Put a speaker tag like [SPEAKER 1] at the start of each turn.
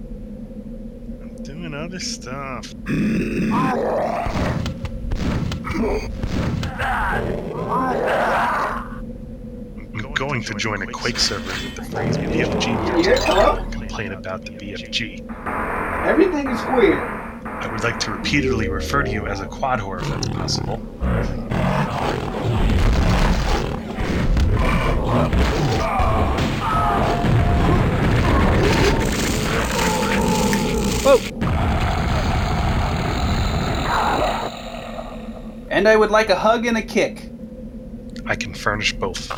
[SPEAKER 1] I'm doing other stuff. I'm going to join a Quake server with the phrase BFG
[SPEAKER 2] Yes, hello?
[SPEAKER 1] and complain about the BFG.
[SPEAKER 2] Everything is weird.
[SPEAKER 1] I would like to repeatedly refer to you as a quad whore if that's possible.
[SPEAKER 2] And I would like a hug and a kick.
[SPEAKER 1] I can furnish both.